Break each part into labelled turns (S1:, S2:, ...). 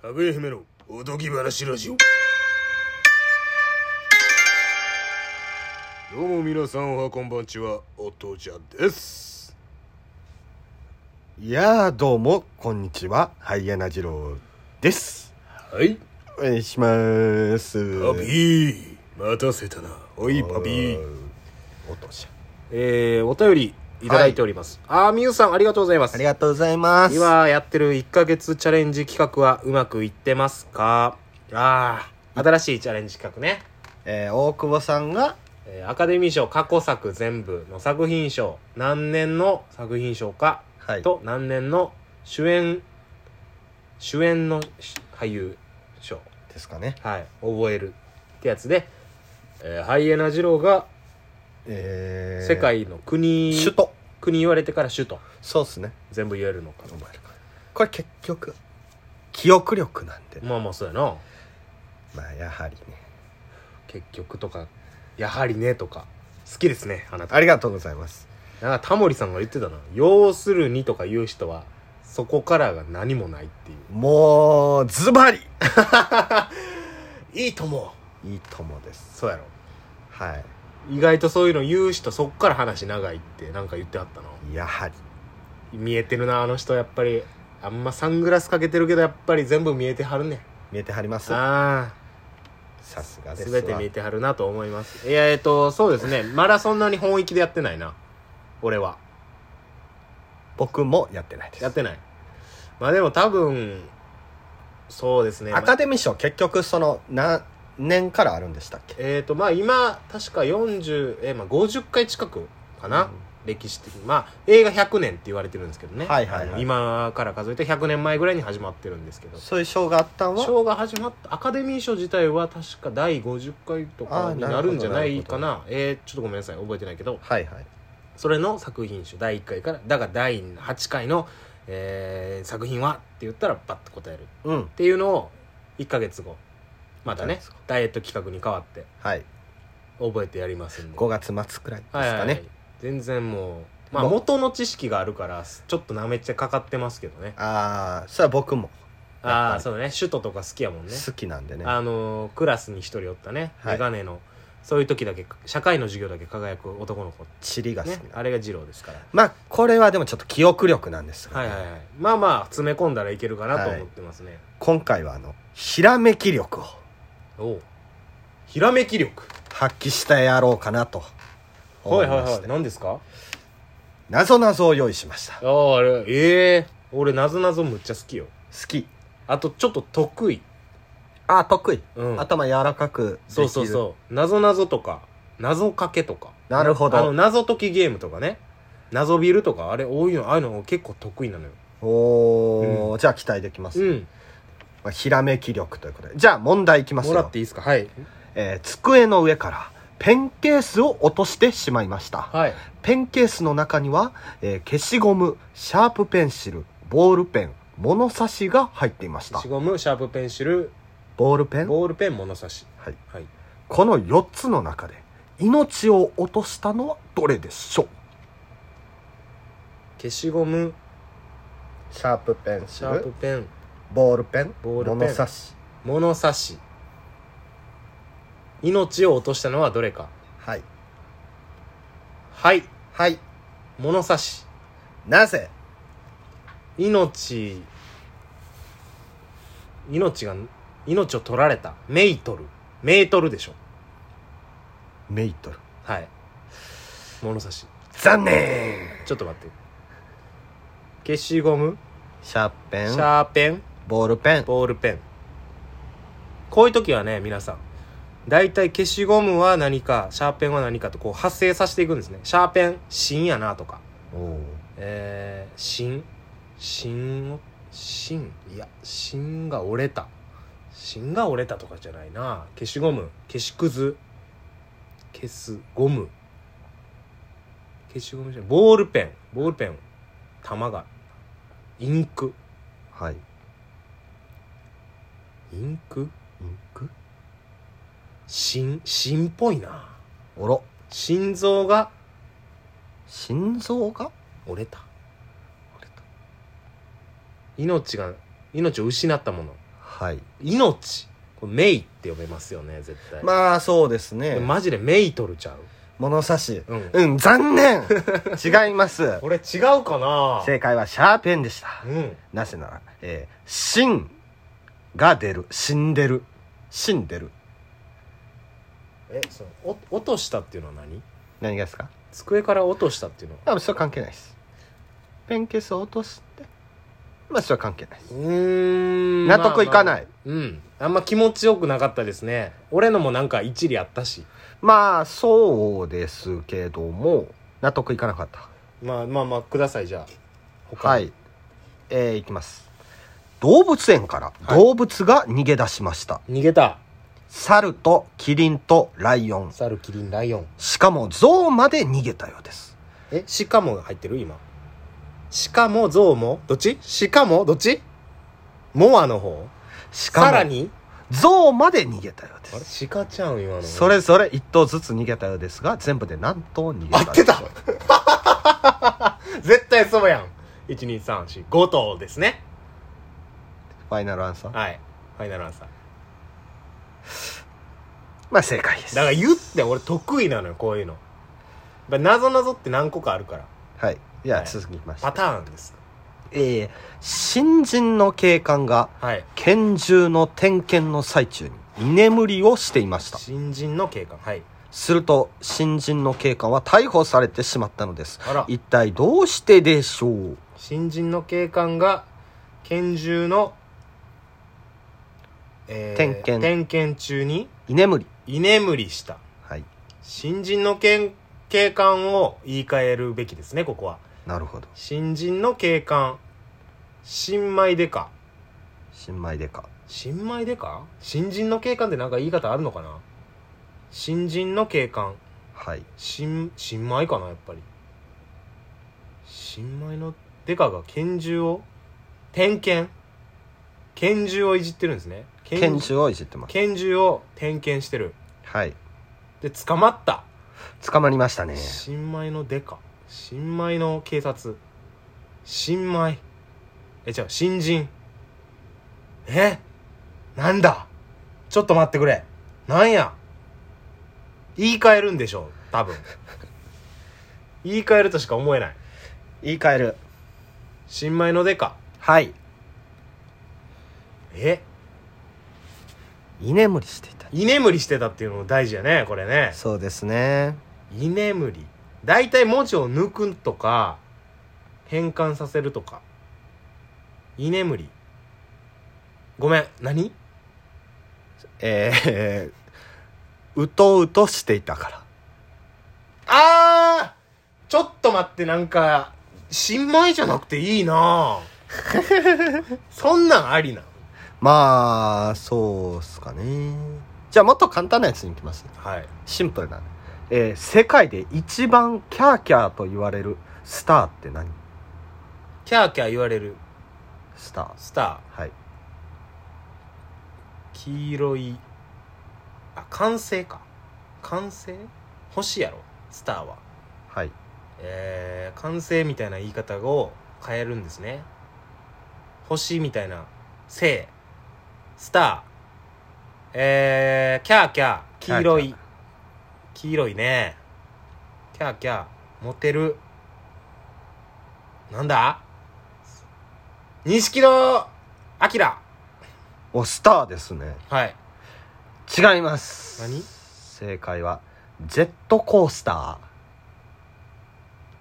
S1: かぐや姫のおとぎ話ラジオどうも皆さんおはこんばんちはおとじゃです
S2: いやーどうもこんにちはハイエナ二郎です
S1: はい
S2: お願いします
S1: パビー待たせたなおいパビー
S2: おとし
S3: えー、お便りいただいております。あー、みゆさん、ありがとうございます。
S2: ありがとうございます
S3: 今やってる1ヶ月チャレンジ企画はうまくいってますかあー、新しいチャレンジ企画ね。
S2: えー大久保さんが
S3: えーアカデミー賞過去作全部の作品賞、何年の作品賞か、
S2: はい
S3: と何年の主演、主演のし俳優賞、
S2: ですかね
S3: はい、覚えるってやつで、えーハイエナ二郎が
S2: えー
S3: 世界の国、
S2: 首都
S3: 国言われてから首都、
S2: そうっすね
S3: 全部言えるのか。
S2: これ結局記憶力なんで、
S3: まあまあそうやな
S2: まあやはりね
S3: 結局とかやはりねとか好きですねあなた
S2: ありがとうございます
S3: なんかタモリさんが言ってたな要するにとか言う人はそこからが何もないってい
S2: もうズバリ
S3: ういいと思
S2: いいともです
S3: そうやろ
S2: はい
S3: 意外とそういうの言う人そっから話長いってなんか言ってあったな
S2: やはり
S3: 見えてるなあの人やっぱりあんまサングラスかけてるけどやっぱり全部見えてはるねん
S2: 見えてはります
S3: ああ
S2: さすがですわ
S3: 全て見えてはるなと思いますいやえっとそうですねまだそんなに本気でやってないな俺は
S2: 僕もやってないです
S3: やってないまあでも多分そうですね
S2: アカデミー賞結局その何年からあるんでしたっけ
S3: えっ、とまあ今確か40、えーまあ、50回近くかな、
S2: うん
S3: 歴史的にまあ映画100年って言われてるんですけどね、
S2: はいはいはい
S3: あの今から数えて100年前ぐらいに始まってるんですけど
S2: そういう賞があったんは
S3: 賞が始まったアカデミー賞自体は確か第50回と
S2: あー
S3: かに
S2: なるほ
S3: な
S2: ど
S3: るんじゃないか
S2: な
S3: なえーちょっとごめんなさい覚えてないけど
S2: はいはい
S3: それの作品賞第1回からだが第8回の、えー作品はって言ったらバッと答える
S2: うん
S3: っていうのを1ヶ月後また
S2: 1ヶ
S3: ね
S2: 月後
S3: ダイエット企画に変わって
S2: はい
S3: 覚えてやりますんで
S2: 5月末くらいですか
S3: はい
S2: ね、
S3: はいはい全然もうまあ
S2: もう
S3: 元の知識があるからちょっとなめっちゃかかってますけどね
S2: ああそれは僕も
S3: ああーそうね首都とか好きやもんね
S2: 好きなんでね
S3: あのークラスに一人おったね
S2: はい
S3: メガネのそういう時だけ社会の授業だけ輝く男の子
S2: チリが好き
S3: ね
S2: なんで、
S3: あれが二郎ですから
S2: まあこれはでもちょっと記憶力なんですが
S3: はいはいはいまあまあ詰め込んだらいけるかなと思ってますね
S2: 今回はあのひらめき力を
S3: おうひらめき力
S2: 発揮してやろうかなと思
S3: はい
S2: い
S3: はい
S2: ま
S3: は
S2: し
S3: い
S2: て
S3: 何ですか
S2: なぞなぞを用意しました好
S3: あああれええ俺なぞなぞむっちゃ好きよ
S2: き
S3: あとちょっと得意
S2: ああ得意、
S3: うん
S2: 頭柔らかくできる
S3: そうそうそうなぞなぞとか謎かけとか
S2: なるほど
S3: あの謎解きゲームとかね謎ビルとかあれ多いのああいうの結構得意なのよ
S2: おお、じゃあ期待できます、
S3: うん
S2: まあ、ひらめき力ということでじゃあ問題いきます
S3: もら
S2: よ
S3: っていいですかはい
S2: えー机の上からペンケースを落としてしまいました
S3: はい
S2: ペンケースの中には、えー消しゴムシャープペンシルボールペン物差しが入っていまし
S3: 消し
S2: た
S3: ゴムシャープペンシル
S2: ボールペン、は
S3: ボールペン物差し
S2: い、
S3: はい
S2: この4つの中で命を落としたのはどれでしょう
S3: 消しゴム
S2: シャープペン
S3: シャープペン
S2: ボールペン
S3: ボールペン物差
S2: し
S3: 物差し命を落としたのはどれか
S2: はい
S3: はい
S2: はい
S3: 物差し
S2: なぜ
S3: 命命が命を取られたメイトルメートルでしょ
S2: メイトル
S3: はい物差し
S2: 残念
S3: ちょっと待って消しゴム
S2: シャープペ
S3: シ
S2: ン
S3: ャーペン
S2: ボールペン
S3: ボールペンこういう時はね皆さん大体消しゴムは何かシャーペンは何かとこう発生させていくんですねシャーペン芯やなとか
S2: おー
S3: えー、芯芯を芯いや芯が折れた芯が折れたとかじゃないな消しゴム消しくず消すゴム消しゴムじゃないボールペンボールペン玉がインク
S2: はい
S3: インク
S2: インク
S3: 芯芯っぽいな
S2: おろ
S3: 心臓が
S2: 心臓が
S3: 折れた命が命を失ったもの
S2: はい
S3: 命これメイって呼べますよね絶対、
S2: まあそうですね
S3: でマジでメイ取るちゃう
S2: 物差し
S3: うん
S2: うん残 念違います
S3: これ違うかな
S2: 正解はシャーペンでした
S3: うん
S2: なぜならえー「死ん」が出る死んでる死んでる
S3: えそのお落としたっていうのは何
S2: 何がですか
S3: 机から落としたっていうのは
S2: あそれは関係ないですペンケースを落としてまあそれは関係ないです
S3: うーん
S2: 納得いか
S3: い、
S2: ない
S3: うんあんま気持ちよくなかったですね俺のもなんか一理あったし
S2: まあそうですけども納得いかなかった
S3: まあまあまあくださいじゃあ他
S2: はい。えー、いきます。動物園から動物が逃げ出しました。
S3: 逃げた
S2: 猿とキリンとライオン。
S3: 猿キリンライオン
S2: しかも象まで逃げたようです。
S3: え鹿も入ってる今鹿も象もどっち鹿もどっちモアの方
S2: し
S3: さら
S2: かも
S3: に
S2: 象まで逃げたようで
S3: あれ
S2: す。
S3: 鹿ちゃん今の
S2: それぞれ一頭ずつ逃げたようですが、全部で何頭逃げた
S3: 合ってた 絶対そうやん12345頭ですね
S2: ファイナルアンサー。
S3: はいファイナルアンサー
S2: まあ正解です。
S3: だから言って俺得意なのよこういうのなぞなぞって何個かあるから
S2: はい。では
S3: はい
S2: 続きまして。
S3: パターンです
S2: えー、新人の警官が
S3: はい
S2: 拳銃の点検の最中に居眠りをしていました。
S3: 新人の警官はい
S2: すると新人の警官は逮捕されてしまったのです
S3: あら
S2: 一体どうしてでしょう
S3: 新人の警官が拳銃の、えー
S2: 点検
S3: 点検中に
S2: 居眠り
S3: 居眠りした
S2: はい
S3: 新人のけん警官を言い換えるべきですねここは
S2: なるほど
S3: 新人の警官新米でか
S2: 新米でか
S3: 新米でか新人の警官ってなんか言い方あるのかな新人の警官
S2: はい
S3: 新新米かなやっぱり新米のデカが拳銃を点検拳銃をいじってるんですね
S2: 拳銃をいじってます
S3: 拳銃を点検してる
S2: はい
S3: で捕まった、
S2: 捕まりましたね
S3: 新米のデカ新米の警察新米え違う新人えなんだちょっと待ってくれなんや言い換えるんでしょう多分言い換えるとしか思えない
S2: 言い換える
S3: 新米のデカ
S2: はい
S3: え
S2: 居眠りしていた
S3: 居眠りしてたっていうのも大事やねこれね
S2: そうですね
S3: 居眠り大体文字を抜くとか変換させるとか居眠りごめん何
S2: えー、うとうとしていたから
S3: あーちょっと待ってなんか新米じゃなくていいなそんなんありな
S2: まあそうっすかねじゃあもっと簡単なやつにいきます
S3: はい
S2: シンプルな、えー世界で一番キャーキャーと言われるスターって何
S3: キャーキャー言われる
S2: スター
S3: スタ
S2: はい
S3: ー黄色いあ完成か完成星やろスターは
S2: はい
S3: えー、完成みたいな言い方を変えるんですね星みたいな星スターえー、キャーキャー黄色い
S2: キャーキャー
S3: 黄色いねキャーキャーモテるなんだ錦野あきら
S2: おスターですね
S3: はい
S2: 違います
S3: 何
S2: 正解はジェットコースター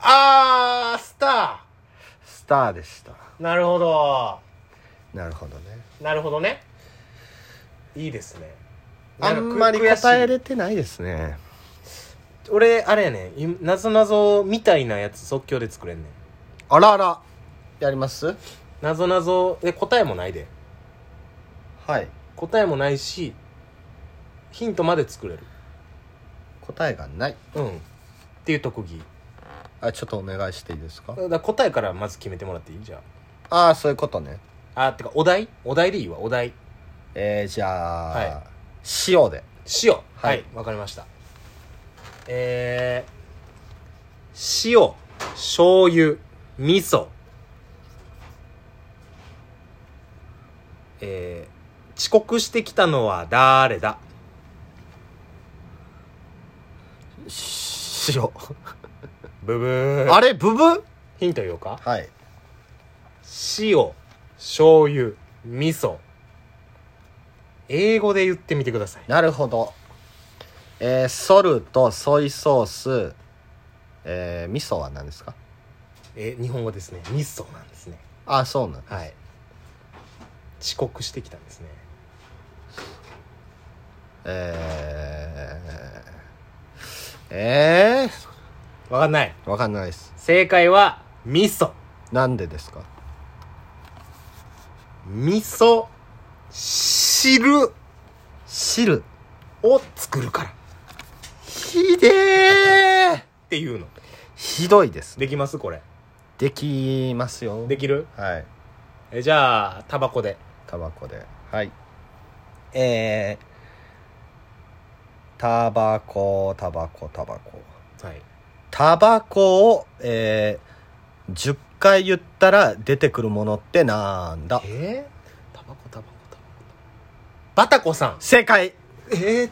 S3: あースタ
S2: スターでした
S3: ーなるほど
S2: なるほどね
S3: なるほどねいいですね
S2: あんまり
S3: なんかく
S2: 答
S3: 悔
S2: え
S3: しい
S2: れてないですね
S3: 俺あれやねんなぞなぞみたいなやつ即興で作れんねん
S2: あらあらやります
S3: なぞなぞで答えもないで
S2: はい
S3: 答えもないしヒントまで作れる
S2: 答えがない
S3: うんっていう特技
S2: あちょっとお願いしていいですか
S3: だから答えからまず決めてもらっていいじゃ
S2: ああそういうことね
S3: ああてかお題お題でいいわお題
S2: えー、じゃあ、
S3: はい
S2: 塩で
S3: 塩はいわ、
S2: はい
S3: かりましたえー、塩醤油味噌えー遅刻してきたのは誰だ
S2: しよ
S3: ブブー
S2: あれブブ
S3: ヒント言おうか
S2: はい
S3: 塩醤油味噌英語で言ってみてください
S2: なるほどえー、ソルトソイソースえー、味噌は何ですか
S3: え日本語ですね味噌なんですね
S2: あそうなん
S3: はい遅刻してきたんですね
S2: えー、え
S3: わかんない
S2: ー、わかんないです
S3: 正解は味噌
S2: なんでですか
S3: 味噌汁
S2: 汁
S3: を作るからっ
S2: ひでえ
S3: ていうの
S2: ひどいですね
S3: できますこれ
S2: できますよ
S3: できる
S2: はい
S3: えじゃあタバコで
S2: タバコではいえー、タバコタバコタバコ
S3: はい
S2: タバコをえー、10回言ったら出てくるものってなんだ
S3: えー、タバコタバコタバコバタコさん
S2: 正解
S3: えー、